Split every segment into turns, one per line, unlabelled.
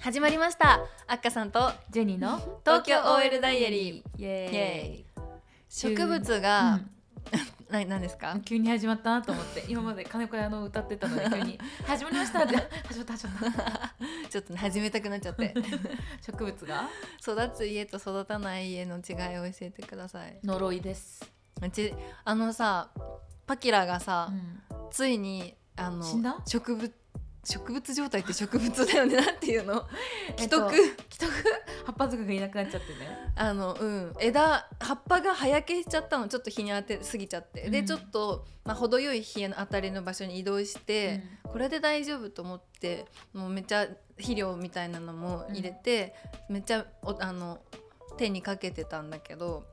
始まりましたあっかさんと
ジェニ ーの
東京 OL ダイアリ
ーイエーイ
イエ植物が、な何です
う
か
ん急に始まったなと思って今まで金子屋の歌ってたのに急 に「始まりました」って「始まった始まった
ちょっとね始めたくなっちゃって
植物が
育つ家と育たない家の違いを教えてください
呪いです、
うちあのさパキラが
う
さ、
ん、
ついにあの
死んだ
植物植物状態って植物だよねなんていうの
え
既
っと
得、
既得葉っぱ族がいなくなっちゃってね
あのうん枝葉っぱが葉焼けしちゃったのちょっと日に当てすぎちゃって、
う
で
ん
ちょっと、まあ、程よい日の当たりの場所に移動して、これで大丈夫と思ってもうめっちゃ肥料みたいなのも入れて、めっちゃおあの手にかけてたんだけど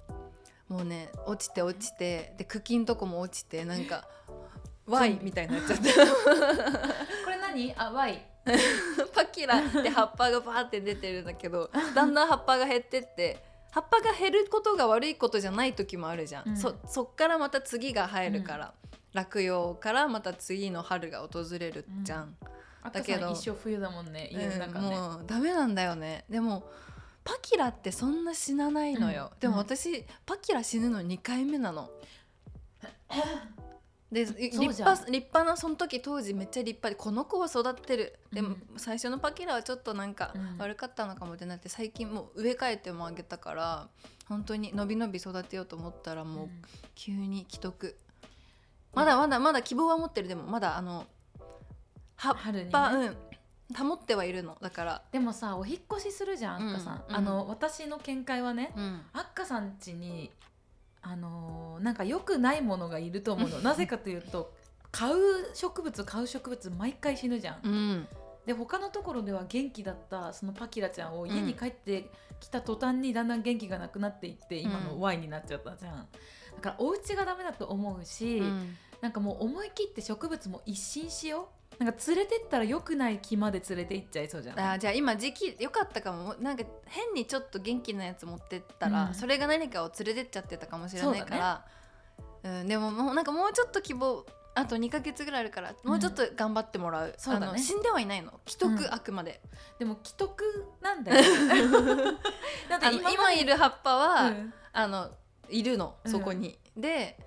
もうね落ちて落ちてで茎んとこも落ちてなん か「
ん
Y」みたいになっちゃって
これ何あワイ
パキラって葉っぱがバーって出てるんだけどだんだん葉っぱが減ってって葉っぱが減ることが悪いことじゃない時もあるじゃん、
うん
そそっからまた次が生えるから、落葉からまた次の春が訪れるじゃん
あ
だ
だ
け
け
ど
ど一生冬だもんね家の中
うん
ね、
もうダメなんだよねでもパキラってそんな死なないのよ、
うん
でも
うん
私、パキラ死ぬの2回目な ので立
そうじゃん
派立派なその時当時めっちゃ立派でこの子は育ってるでも、
うん
最初のパキラはちょっとなんか
うん
悪かったのかもってなって最近もう植え替えてもあげたから本当にのびのび育てようと思ったらもう
うん
急に既得まだまだまだ希望は持ってるでもまだあの葉っ
春に、
ぱ、う
ね、
ん保ってはいるのだから
でもさお引っ越しするじゃんあっかさん、
うん
あの私の見解はね、
うん、
あっかさん家にあのーなんか良くないものがいると思 うのなぜかというと買う植物買う植物毎回死ぬじゃん、
うん、
で他のところでは元気だったそのパキラちゃんを家に帰ってきた途端にだんだん元気がなくなっていって今
う
の
ん
Y になっちゃったじゃん、だからお家がダメだと思うし、なんかもう思い切って植物も一新しようなんか連れてったら良くない木まで連れて行っちゃいそうじゃん
あーじゃあ今時期良かったかもなんか変にちょっと元気なやつ持ってったら、
うん
それが何かを連れてっちゃってたかもしれないからう、ん、でももうなんかもうちょっと希望あと2ヶ月ぐらいあるからもうちょっと頑張ってもらう,、
そうだね
あの死んではいないの既得、
うん
あくまで
でも既得なんだよ だって
あの
今
今
まで
いる葉っぱは、
うん
あのいるのそこに、で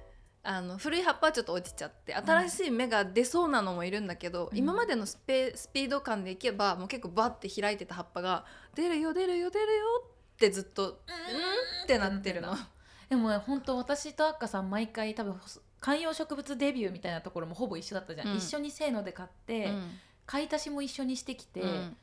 あの古い葉っぱはちょっと落ちちゃって新しい芽が出そうなのもいるんだけど、
うん
今までのスペスピード感でいけばもう結構バッて開いてた葉っぱが「出るよ出るよ出るよ」ってずっと「うん?」ってなってるの。
でもね本当私とアッカさん毎回多分観葉植物デビューみたいなところもほぼ一緒だったじゃん、
うん
一緒にせーので買って、
うん
買い足しも一緒にしてきて
うん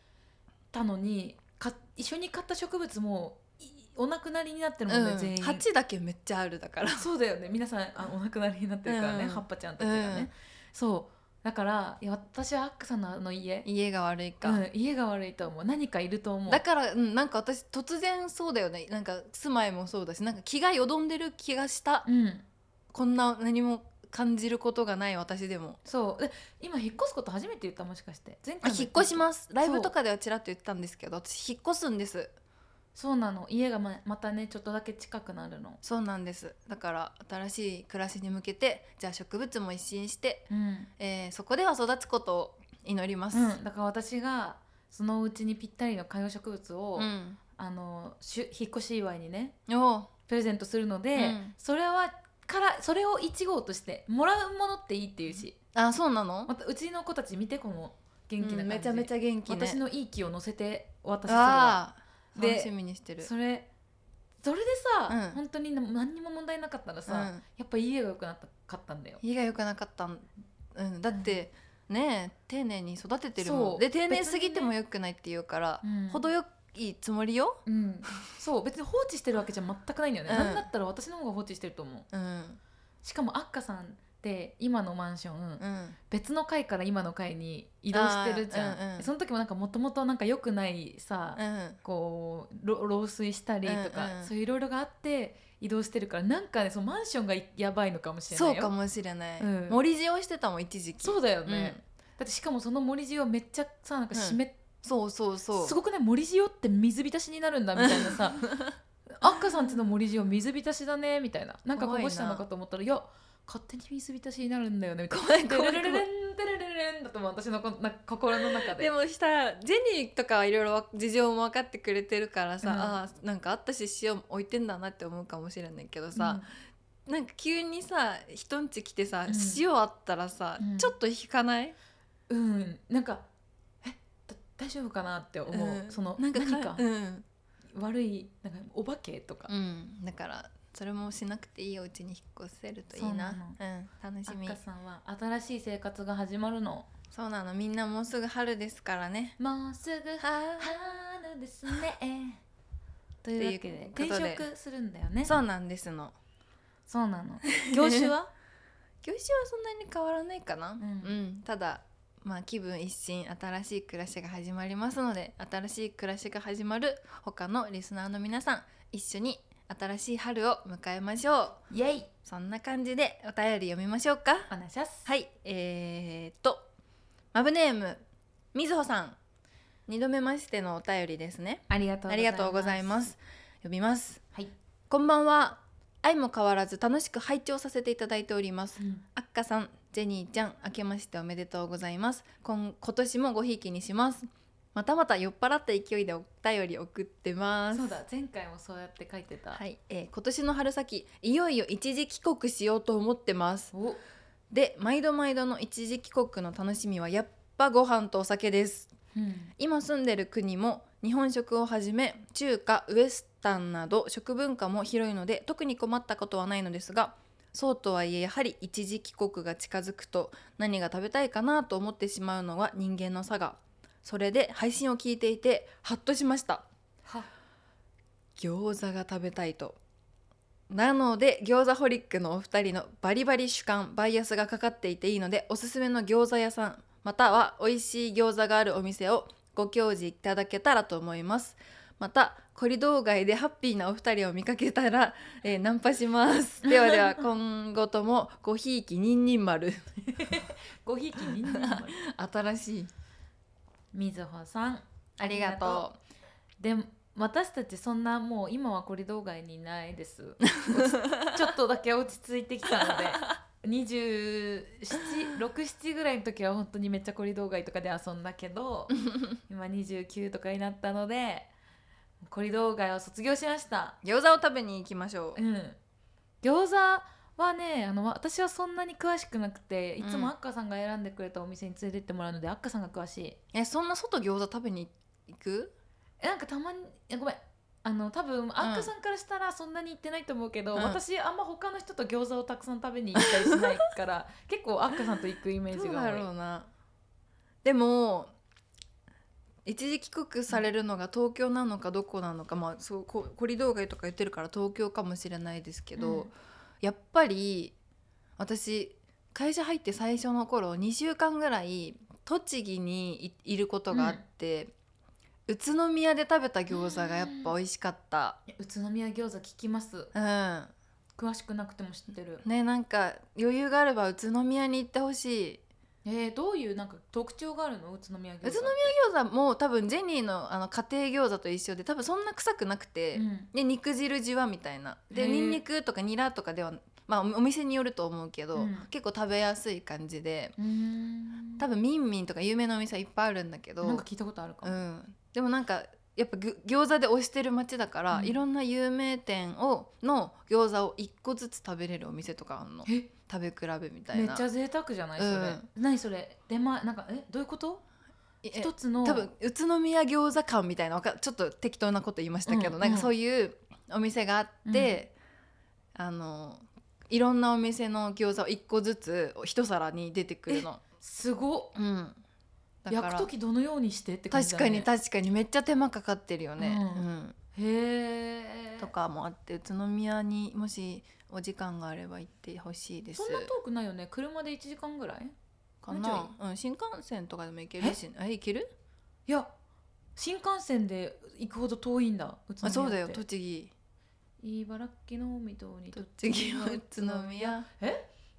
たのに、か一緒に買った植物もいお亡くなりになってるもんね、全員
鉢だけめっちゃあるだから。
そうだよね皆さんあお亡くなりになってるからね、
うん
葉っぱちゃんたちがね、
うん
そうだからいや私はアッカさんのあの家、
家が悪いか、
うん家が悪いと思う何かいると思う
だから、うん、なんか私突然そうだよねなんか住まいもそうだしなんか気がよどんでる気がした、
うん
こんな何も感じることがない私でも
そうで今引っ越すこと初めて言ったもしかして前
あ
回も
引っ越しますライブとかではちらっと言ったんですけど私引っ越すんです
そうなの家がままたねちょっとだけ近くなるの
そうなんですだから新しい暮らしに向けてじゃあ植物も一新して、
うん、
えーそこでは育つことを祈ります、
だから私がそのうちにぴったりの観葉植物を、
うん
あのしゅ引っ越し祝いにね
おう
プレゼントするので、
うん
それはからそれを1号としてもらうものっていいっていうし
あそうなの
ま、たうちの子たち見てこの元気な感じ、
うんめちゃめちゃ元気ね
私のいい気を乗せてお渡しする
あ
わ
ー
で
楽しみにしてる
それそれでさ、
うん
本当に何にも問題なかったらさ、
う
や
ん、
っぱ家が良くなったかったんだよ
家が良くなかったん、うん、だって、ねえ丁寧に育ててるも
そ
ん
う
で丁寧すぎて
別にね
も良くないって言うから、
うん
程よいつもりよ、
うん、そう別に放置してるわけじゃ全くないんだよね、
うん
なんだったら私の方が放置してると思
う
う
ん
しかもアッカさんって今のマンション、
うん、
別の階から今の階に移動してるじゃ
あ
ん、
ーうんうん
その時もなんかもともとなんか良くないさ、
うん
こうろ漏水したりとか、
うんうん
そういういろいろがあって移動してるからなんかねそのマンションがやばいのかもしれな
そ
いうよ
かもしれない、
うん
森塩してたもん一時期
そうだよね、
う
だってしかもその森塩めっちゃさなんか湿っ、
そうそうそう
すごくね森塩って水浸しになるんだみたいなさアッカさんちの森塩水浸しだねみたいななんかこぼしたのかと思ったらいや勝手に水浸しになるんだよねみたいな
怖い怖い怖い
テレレレレンテレレレれるんだと思う私のこな心の中で
でもしたジェニーとかはいろいろ事情も分かってくれてるからさ、
うん
ああなんかあったし塩置いてんだなって思うかもしれないけどさ、なんか急にさ人んち来てさ、
うん
塩あったらさ、
うん
ちょっと引かない、
うん、うんなんかえだ大丈夫かなって思う、
ん
その
な
なんん
か
か
かうん、
悪いなんかお化けとか、
うん、だからそれもしなくていいお家に引っ越せるといいな
そう
うん、楽し
あっ
み
かさんは新しい生活が始まるの
そうなのみんなもうすぐ春ですからね
もうすぐ
は
春ですねというわけで
という
転
ことで
職するんだよね
そうなんですの
そうなの 業種は
教師はそんなに変わらないかな、
ん
ただまあ気分一新新しい暮らしが始まりますので新しい暮らしが始まる他のリスナーの皆さん一緒に新しい春を迎えましょう
イエイ
そんな感じでお便り読みましょうか
お願いします
はいえー、っとマブネームみずほさん二度目ましてのお便りですね
ありがとう
ありがとうございます呼びます
はい、
こんばんは愛も変わらず楽しく拝聴させていただいておりますあっかさんジェニーちゃん明けましておめでとうございます今今年もごひいきにしますまたまた酔っ払った勢いでお便り送ってます
そうだ前回もそうやって書いてた、
はい、えー今年の春先いよいよ一時帰国しようと思ってます
お
で毎度毎度の一時帰国の楽しみはやっぱご飯とお酒です
うん
今住んでる国も日本食をはじめ中華ウエスタンなど食文化も広いので特に困ったことはないのですがそうとはいえやはり一時帰国が近づくと何が食べたいかなと思ってしまうのは人間の差がそれで配信を聞いていてハッとしました
は
餃子が食べたいとなので餃子ホリックのお二人のバリバリ主観バイアスがかかっていていいのでおすすめの餃子屋さんまたは美味しい餃子があるお店をご教示いただけたらと思いますまたコリドー街でハッピーなお二人を見かけたら、えーナンパし ますではでは今後ともごひいきにんにん丸
ごひいきにんにんまり
新しい
みずほさん
ありがと
で私たちそんなもう今はコリドー街にいないです 落ちちょっとだけ落ち着いてきたので276ぐらいの時は本当にめっちゃコリドー街とかで遊んだけ ど今29とかになったのでコリドー街を卒業しました
う餃子を食べに行きましょ
うん餃子はねあの私はそんなに詳しくなくていつ
うん
もアッカさんが選んでくれたお店に連れてってもらうので、アッカさんが詳しいう
えそんな外餃子食べに行く
えなんかたまにえごめんあの多分アッカさんからしたらそんなに行ってないと思うけど、
うん
私あんま他の人と餃子をたくさん食べに行ったりしないから 結構アッカさんと行くイメージ
どう
が
だ
多い
ろうなでも一時帰国されるのが東京なのかどこなのか、まあそうこコリドー街とか言ってるから東京かもしれないですけど、
うん
やっぱり私会社入って最初の頃2週間ぐらい栃木にいいることがあって、宇都宮で食べた餃子がやっぱ美味しかった。
宇都宮餃子聞きます
うん
詳しくなくても知ってる、
ねなんか余裕があれば宇都宮に行ってほしい。
えー、どういうなんか特徴があるの宇都宮餃子
宇都宮餃子も多分ジェニーのあの家庭餃子と一緒で多分そんな臭くなくて、
うん
で肉汁じわみたいなで
へー
ニンニクとかニラとかではまあおお店によると思うけど、
うん
結構食べやすい感じで
うーん
多分みんみんとか有名なお店はいっぱいあるんだけ
なん
ど
か、聞いたことあるか
う
も、
ん、でもなんかやっぱぐ餃子で推してる街だから、
うん
いろんな有名店をの餃子を1個ずつ食べれるお店とかあんの
え
食べ比べみたい
めっ
な
ちゃ贅沢じゃないそれ、
うん
何それ出前なんかえどういうこと
え
一つの
多分宇都宮餃子館みたいなわかちょっと適当なこと言いましたけど、
うん
なんかそういうお店があって、あのいろんなお店の餃子を1個ずつ一皿に出てくるの。
すごっ
うん、だか
焼く
ら
時どのようにしてって感じ
確
だ、
か
ね、
に確かにめっちゃ手間かかってるよね。
う
うん
へえ
とかもあって宇都宮にもしお時間があれば行ってほしいです
そん。な遠くないよね車で1時間ぐらい
か
も
な、うん、新幹線とかでも行けるしえ行ける
いや新幹線で行くほど遠いんだ宇
あ
都宮って
そうだよ栃木
茨城の水戸に
栃木は宇都宮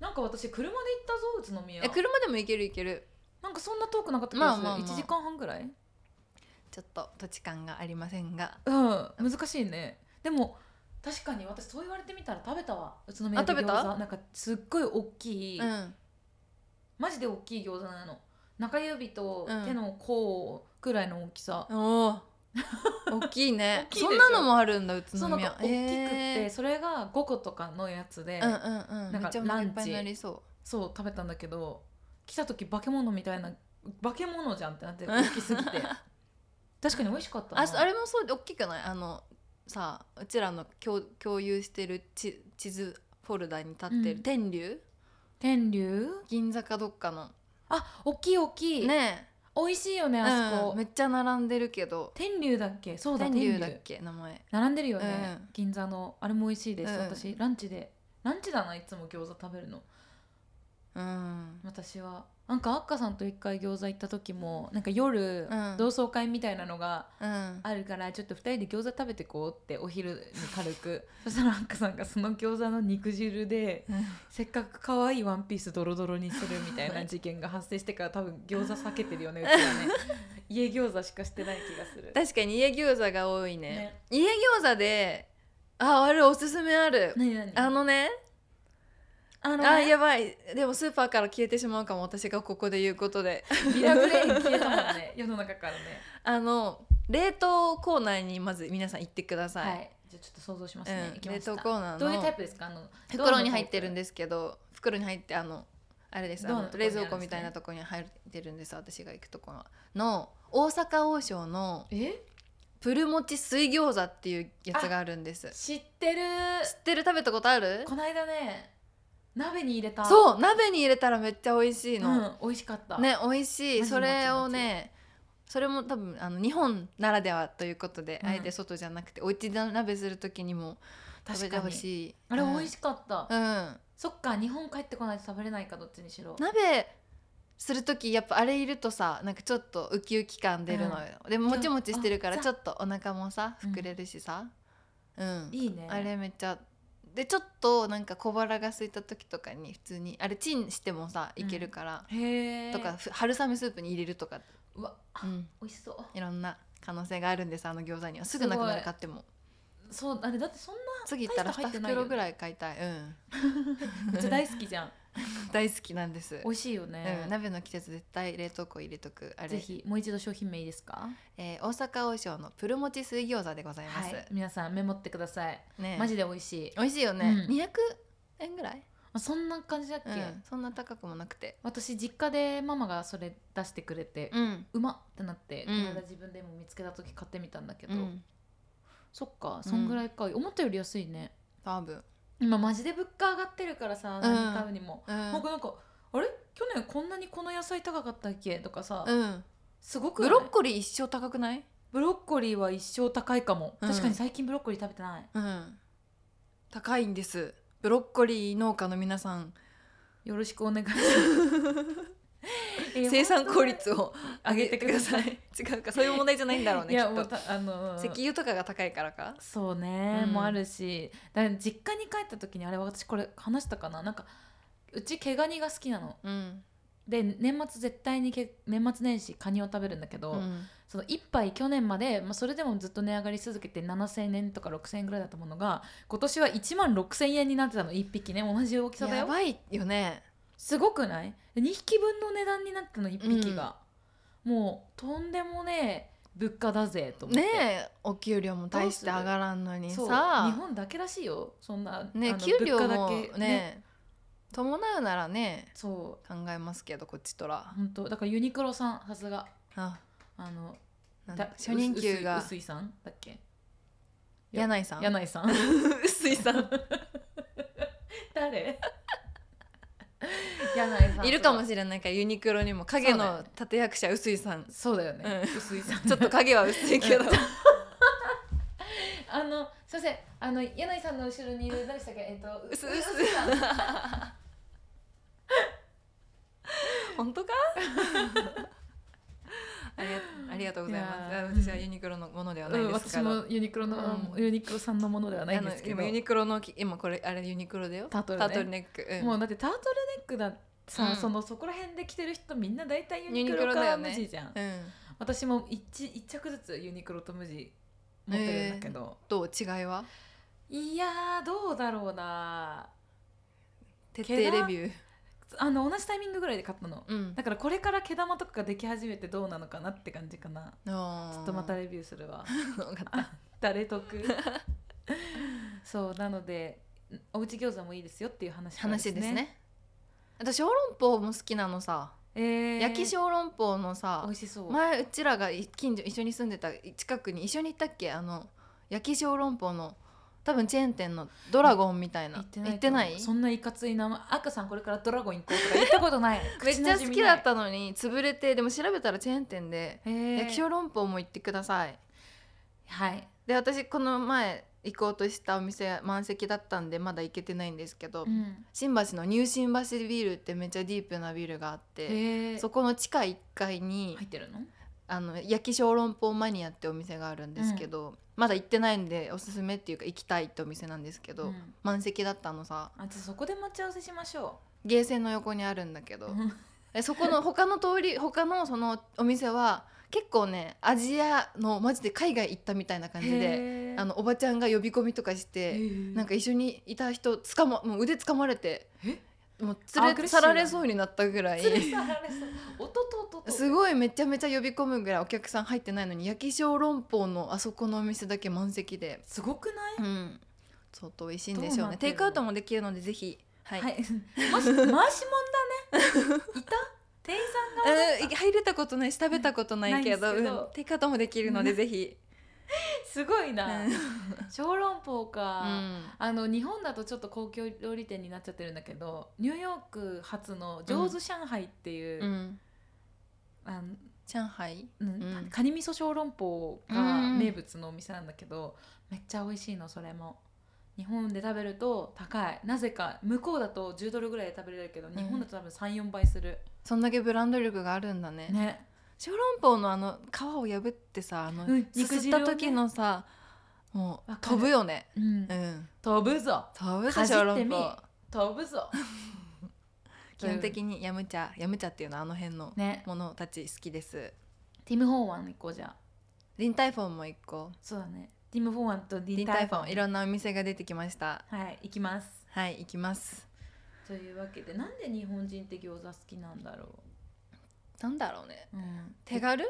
なんか私車で行ったぞ宇都宮
え車でも行ける行ける
なんかそんな遠くなかった気がする、
まあまあまあ
1時間半ぐらい
ちょっと土地勘がありませんが。
うん難しいねでも確かに私そう言われてみたら食べたわ宇都宮で
あ食べた
餃子なんかすっごい大きい、
うん。
マジで大きい餃子なの中指と
うん
手の甲くらいの大きさ、
おお大きいね
大きいでしょ
そんなのもあるんだ宇
そ
都
うなん
宮
か大きくって、
え
それが5個とかのやつで、
ーうんうんうん
な
め
んか
っちゃお腹いっぱいになりそ
そう食べたんだけど来た時化け物みたいな化け物じゃんってなって大き すぎて確かに美味しかっ
う
たな
ああれもそう大きくないあのさうちらの共共有してる地地図フォルダに立って
う
る
ん
天竜
天竜
銀座かどっかの
あ大きい大きい、
ね
美味しいよね
え
あそこ、
うんめっちゃ並んでるけど
天竜だっけそうだ
天
天竜
竜だっけ名前
並んでるよね、
うん
銀座のあれも美味しいです、
うん
私ランチでランチだないつも餃子食べるの
うん
私はなんかアッカさんと一回餃子行った時もなんか
う
夜、
ん
同窓会みたいなのが
うん
あるからちょっと2人で餃子食べてこうってお昼に軽く そしたらアッカさんがその餃子の肉汁でせっかく可愛いワンピースドロドロにするみたいな事件が発生してから多分餃子避けてる よねうちはね家餃子しかしてない気がする
確かに家餃子が多いね
ね
家餃子でああれおすすめある
何何
あのね
あのね
あーやばいでもスーパーから消えてしまうかも私がここで言うことで
ミラブレイン消えたもんね世の中からね
あの冷凍コーナーにまず皆さん行ってください、
じゃあちょっと想像します
う
ね、
ん
いきま
冷
した
凍コーナーの
どういうタイプですかあの
袋に入ってるん
で
ですけど袋に入ってあのあれですあ
ドアの
の
とこ
冷
にあるんですね
蔵庫みたいなとこに入ってるんです私が行くところの大阪王将の
え
プルもち水餃子っていうやつがあるんです知
知ってる
ってる食べたことある
この間ね鍋に入れたう、
そう鍋に入れたらめっちゃ美味しいの、
ん、美味しかった
ね美味し
マ
い
ジ
それをねそれも多分あの日本ならではということで、
うん
あえて外じゃなくてお家で鍋する時にも食べ
確
て
か
ほ
に
しい
あれ美味
しい、
しかった、
うん
そっか日本帰ってこないと食べれないかどっちにしろ
鍋する時やっぱあれいるとさなんかちょっとウキウキ感出るのよ、でももちもちしてるから
そう
ちょっとお腹もさ
うん
膨れるしさうん、
いいね
あれめっちゃでちょっとなんか小腹が空いた時とかに普通にあれチンしてもさいけるから、
へえ
とかふ春雨スープに入れるとか、
うわ
うん、
美味しそう
いろんな可能性があるんですあの餃子にはすぐなくなる買っても
そうあれだってそん
次行ったら
大した入って
2
ないよね
袋ぐらい買いたいうん
なめっちゃ 大好きじ ゃん
大好きなんです
美味しいよね
うん、、鍋の季節絶対冷凍庫入れとくあれ
ぜ、ひもう一度商品名いいですか
えー大阪王将のプルもち水餃子でございま
は
す、
い皆さんメモってください、
ね
マジで美味しい
美味しいよね、
うん
200円ぐらい、
あそんな感じだっけ、
うん、そんな高くもなくて
私実家でママがそれ出してくれて、う
うん、
まっってなって、
うん
この間自分でも見つけた時買ってみたんだけ
う
ど、
ん、
そっかそんぐらいか、思ったより安いね
多分、
今マジで物価上がってるからさ
ん
何買うにも、
う
僕
ん
なんかあれ去年こんなにこの野菜高かったっけとかさ、
うん、
すごくな
ブ
い
ロッコリー一生高くない、
ブロッコリーは一生高いかも、
うん
確かに最近ブロッコリー食べてない
うん、高いんですブロッコリー農家の皆さ ん
よろしく お願いしますえ
生産効率を
上げてください
違うかそういう問題じゃないんだろう
い
ねき
や
っ
もう
と
たあの
石油とかが高いからか
そうね、
うん
もあるしだから実家に帰った時にあれ私これ話したかななんかうち毛ガニが好きなの
うん、
で年末絶対にけ年末年始カニを食べるんだけど、
うん
その1杯去年まで、まあ、それでもずっと値上がり続けて7,000円とか6,000円ぐらいだったものが今年は1万6,000円になってたの1匹ね同じ大きさだ
や
よ
ばいよね
すごくない ?2 匹分の値段になったの1匹が、もうとんでもねえ物価だぜと思って
ねえお給料も大して上がらんのに
そう日
さ
本だけらしいよそんなあ
ね
の
給料
物価
も
だ
ね
け
伴うならね
そ
考えますけどこっちとら
う本当だからユニクロさんさすが
あ
あの
なんだ
だ
初任給が
薄いさんだっけ
柳井さん
柳井 さん
薄いさん
誰 柳井さん
いるかも
れ
しれないからユニクロにも影
そうだよ
の
ね
立役者薄いさん
そうだよね、
うん
薄いさん
ちょっと影は薄いけど
うんあのすいませんあの柳井さんの後ろにいる誰でしたっけえっと
薄
う
い
薄いさん
本当か ありがありがとうございます
いやー
あ私はユニクロのものではない
うん
です
私
から、
もユニクロの、
うん
ユニクロさんのものではない
あ
ん
の
ですけど
今ユニクロのき今これあれユニクロだよ
タートルね
ネック、うん
もうだってタートルネックだってさ、
うん
そのそこら辺で着てる人みんな大体ユニク
ユニク
ロ
ロ
か
だ
ら
よ
無
ね
地じゃん、
うん
私も 1, 一着ずつユニクロと無地持ってるんだけど、
どう違いはい
やーどうだろうな
徹底レビュー
あの同じタイミングぐらいで買ったの
うん
だからこれから毛玉とかができ始めてどうなのかなって感じかな
あ
ち
ー
ょっとまたレビューするわ
わかった
誰得 そうなのでおうち餃子もいいですよっていう話から
話ですねあと小籠包も好きなのさ、
えー
焼き小籠包のさ
美味しそう、
前うちらがい近所一緒に住んでた近くに一緒に行ったっけあの焼き小籠包の多分チェーン店のドラゴンみたいな
行ってない
行ってない
そんないかつい名前赤さんこれからドラゴン行こうとか言ったことない
めっちゃ好きだったのに潰れてでも調べたらチェーン店で
口馴染みないへー
焼き小籠包も行ってください
はい
で私この前行こうとしたお店満席だったんでまだ行けてないんですけど、
うん
新橋のニュー新橋ビールってめっちゃディープなビールがあって、
へー
そこの地下1階に、
入ってるの
あの焼き小籠包マニアってお店があるんですけど、まだ行ってないんでおすすめっていうか行きたいってお店なんですけど、
うん
満席だったのさ
あじゃあそこで待ち合わせしましょ
ゲーセンの横にあるんだけ
う
ど、えそこの他の通り他のそのお店は結構ねアジアのマジで海外行ったみたいな感じで
で
あのおばちゃんが呼び込みとかして、なんか一緒にいた人つか、ま、もう腕つかまれて
え
もう連
アグ
れ
レッシブ
去
だね
られそうになったぐらい
つるさられそうおとととと
すごいめちゃめちゃ呼び込むぐらいお客さん入ってないのに焼き小籠包のあそこのお店だけ満席で、
すごくない
うん、相当美味しいんでし
ど
ょう
うな
ね
って
テイ
るの
クアウトもできるのでぜひはい、
はい、 もし回しもんだねいた店員さ
う
んが
ん入れたことないし食べたことないけど,、
ないんですけど
うんテイクアウトもできるの でぜひ、
すごいな
う
小籠包か、
ん、
あの日本だとちょっと高級料理店になっちゃってるんだけどニューヨーク発の上手上海っていう、
うん、
あの
上海
うん
うん
カニ味噌小籠包が名物のお店なんだけど、めっちゃ美味しいのそれも日本で食べると高いなぜか向こうだと10ドルぐらいで食べれるけど
ん
日本だと多分34倍する、
そんだけブランド力があるんだね
ね
小籠包のあの皮を破ってさあの、
うん
すす
肉
っ
汁
た
をね
時のさもう
わか
飛
る
ぶよね
うん
うん
飛ぶぞ
飛ぶ
か
ぞ
じ
小
っ
籠
てみ
包
飛ぶぞ
基本的にヤムチャヤムチャっていうのはあの辺の
ね
ものたち好きです
ティム・ホーワン行こうじゃあ
リンタイフォンも一個
そうだねティム・ホーワンとデ
リ
ィ
ン
ンタ
タ
イ
イフ
フ
ォ
ォン
ンいろんなお店が出てきました
はい行きます
はい行きます
というわけでなんで日本人って餃子好きなんだろ
なんだろうね
う、うん、
手軽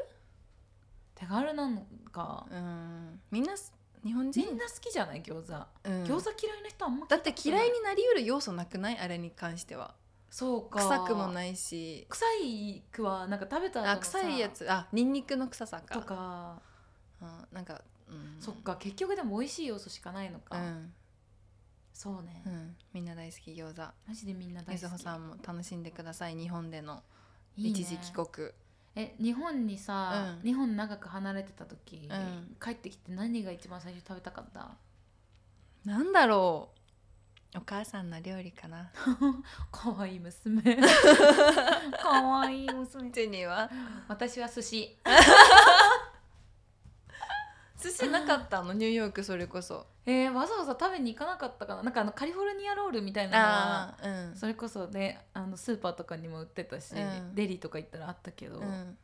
手軽なのか
うんみんなす日本
み
人
んな好きじゃない餃子
うん
餃子嫌いな人あんま聞い
だ
た
っ
こと
て
な
嫌いになりうる要素なくないあれに関しては
そうか
臭くも
い
ないし
臭いくはなんか食べた後の
あ
さ
臭いやつあニンニクの臭さか
とか、
あなんか、うん、
そっか結局でも美味しい要素しかないの
う
か、
ん、
そうね、
うん、みんな大好き餃子
マジでみんな大
ゆ
好
ず
き
ほさんも楽しんでください日本での
いいね
一時帰国
え日本にさ、
うん
日本長く離れてた時、
うん
帰ってきて何が一番最初に食べたかった
なんだろうお母さんの料理かな
可愛い娘 可愛い娘
ジェニーは
私は寿司
寿司なかった のニューヨークそれこそ
えーわざわざ食べに行かなかったかななんかあのカリフォルニアロールみたいなのは
あー
それこそねあのスーパーとかにも売ってたし、
うん
デリとか行ったらあったけど、
うんうん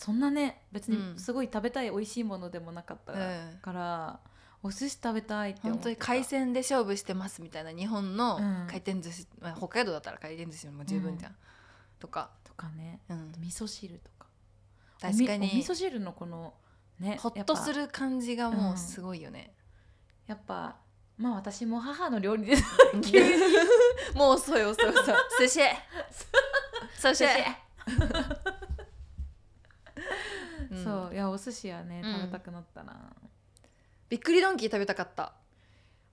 そんなね別
う
に
ん
すごい食べたい美味しいものでもなかった
うん
から、お寿司食べたいって思っ
本
てた
当に海鮮で勝負してますみたいな日本の
うん
回転寿司、まあ、北海道だったら回転寿司も十分じゃん、とか、
とかね
うん、
味噌汁とか
確か
おみお
に
味噌汁のこのね
ほっとす
やっ
る感じがもうすごいよね、
ぱやっぱまあ私も母の料 理です
急にもう遅い遅い遅い寿司寿司
寿司
うん
そういやお寿司はね
うん
食べたくなったな、
びっくりドンキー食べたかった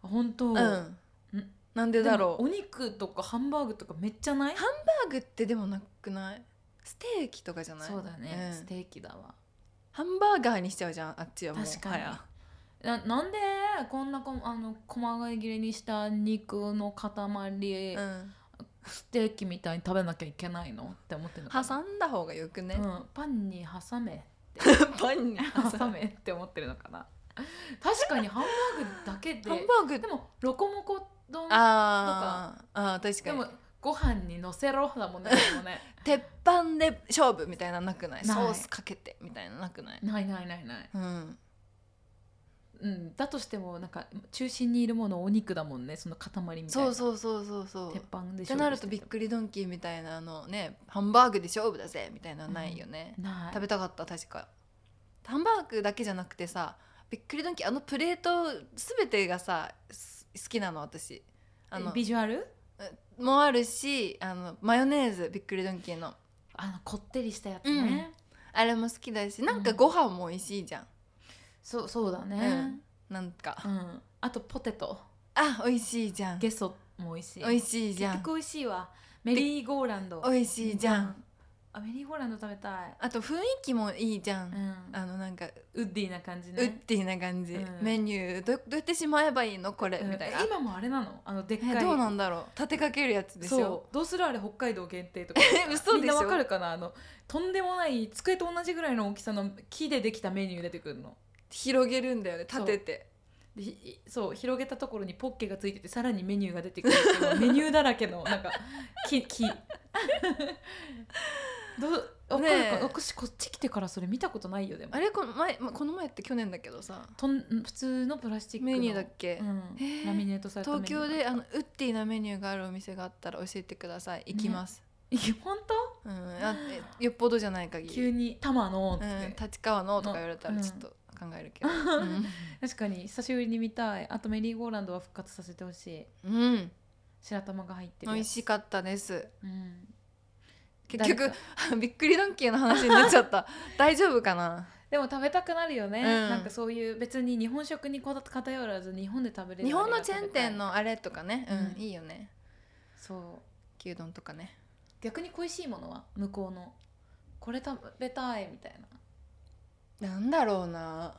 本当、
うん
うん
なんでだろう
お肉とかハンバーグとかめっちゃない
ハンバーグってでもなくないステーキとかじゃない
そうだね、
ん
ステーキだわ
ハンバーガーにしちゃうじゃんあっちはもう
確かに
はや
ななんでこんなこあの細切れにした肉の塊、
うん、
ステーキみたいに食べなきゃいけないのって思ってるのかな
挟んだ方がよくね、
うん、パンに挟め
パンに
挟めって思ってるのかな確かにハンバーグだけで
ハンバーグ
でもロコモコ丼
あーあー確
で
かに
もご飯にのせろだもんねでもね
鉄板で勝負みたいなのなくない
ない
ソースかけてみたいなのなくない
ないないないない
うん
うん、だとしてもなんか中心にいるものお肉だもんねその塊みたいな
そうそうそうそうそう
鉄板で
っ
し
て
ょ
なるとびっくりドンキーみたいなあのねハンバーグで勝負だぜみたいなのないよね、
ない
食べたかった確かハンバーグだけじゃなくてさびっくりドンキーあのプレート全てがさす好きなの私あの
ビジュアル
もあるしあのマヨネーズびっくりドンキーの
あのこってりしたやつね、
あれも好きだしなんかご飯も美味しいじゃん、
そうそうだね
なんか
うん、あとポテト
あ美味しいじゃん
ゲソも美味しい
美味しいじゃ
結
ん
局美味しいわメリーゴーランド
美味しいじゃ
うんあメリーゴーランド食べたい、
あと雰囲気もいいじゃん、
うん、
あのなんか
ウッディな感じ
ウッ
ね
ディな感じ、
うん
メニューどどうやってしまえばいいのこれ、
うん
みたいな
え今もあれなのあのでっかい
えどうなんだろう立てかけるやつでしょ
そうどうするあれ北海道限定とか
え嘘でしょ
みんなわかるかなあのとんでもない机と同じぐらいの大きさの木でできたメニュー出てくるの
広げるんだよね立てて
でひそう広げたところにポッケがついててさらにメニューが出てくる っていうメニューだらけのなんか木木 どうわかる
ねえ
か私こっち来てからそれ見たことないよでも
あれこの前まこの前って去年だけどさ
とん普通のプラスチックの
メニューだっけ、
うん
へえ
ラミネートされたメ
東
ニュー
京であのウッディなメニューがあるお店があったら教えてください行きます、
いや本当
うんあえよっぽどじゃない限
急
り、
に「玉の」っ
う
て、
ん、立川のとか言われたらちょっと考えるけど
確かに久しぶりに見たいあとメリーゴーランドは復活させてほしい
うん、うん
白玉が入って
美
るやつ
味しかったです
うん、
結局
誰か
びっくりドンキーの話になっちゃった 大丈夫かな
でも食べたくなるよね、
うん
なんかそういう別に日本食にこだ偏らず日本で食べれる
日本のチェーン店
の
のあれとかね、
う
うんん、いいよね
そう
牛丼とかね
逆に恋しいものは向こうのこれ食べたいみたいな
なんだろうな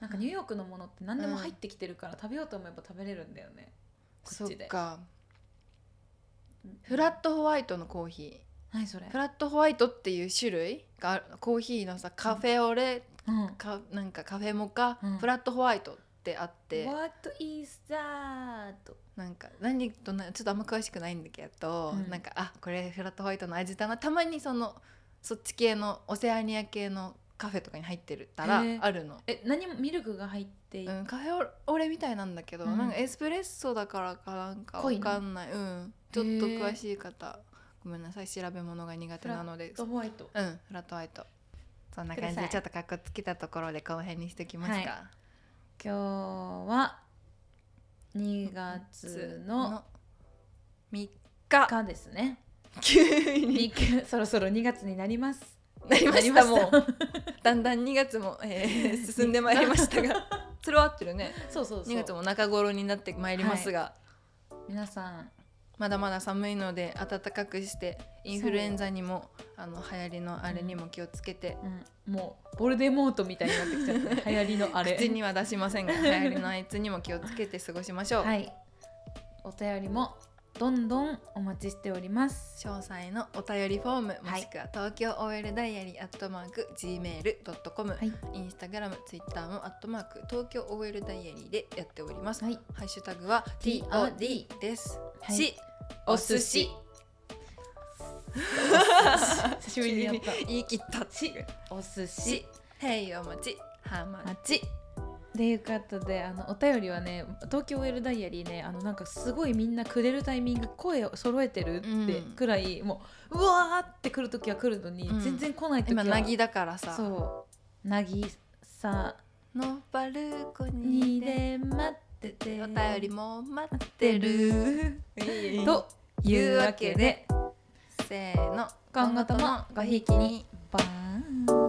なんかニューヨークのものって何でも入ってきてるから、食べようと思えば食べれるんだよねこ
そ
っ
っ
ちで
かフラットホワイトのコーヒ
何それ
ーフラットホワイトっていう種類があるコーヒーのさカフェオレ、
うん
かなんかカフェモカ、
うん
フラットホワイトってあって、
What is that?
なんか何となちょっとあんま詳しくないんだけど、
うん
なんかあこれフラットホワイトの味だなたまにそのそっち系のオセアニア系のカフェとかに入ってるたら
へえ
あるの、
え何もミルクが入ってい、
うん、カフェオレみたいなんだけど、
うん
なんかエスプレッソだからかなんか
濃い
わ
の
かんない、うん、ちょっと
へえ
詳しい方ごめんなさい調べ物が苦手なので
ホワイト
うんフラットホワイトそんな感じ
くださ
で
い
ちょっとかっこつけたところで後編にしておきますか、
はい今日は2月の
3日
日ですね
急に
にそろそろ2月になります
なりました
なり
もうだんだん2月も、えー進んでまいりましたがそれは合ってるね
そうそうそう
2月も中頃になってまいりますが、
皆さん
まだまだ寒いので暖かくしてインフルエンザにもあの流行りのあれにも気をつけて、
うんもうボルデモートみたいになってきちゃったね 流行りのあれ
口には出しませんが流行りのあいつにも気をつけて過ごしましょう、
はいお便りもどんどんお待ちしております
詳細のお便りフォームも
はい
しくは東京 OL ダイアリーアットマーク Gmail.com、
はい
インスタグラムツイッターもアットマーク東京 OL ダイアリーでやっております、
はい
ハッシュタグは
TOD
TOD です、
はい
しお寿司
久しぶりに やった
急に言い切ったし
お寿司
しへいお待ちはま
あっちということであのお便りはね東京 OL ダイアリーねあのなんかすごいみんなくれるタイミング声を揃えてるって
うん
くらい、もううわーって来る時は来るのに、
うん
全然来ない時は
今なぎだからさ
そうなぎさ
のバルコニ
に
ーで
で待ってて
お便りも待ってると
というわけで
せーの
今後ともごひいきにバーン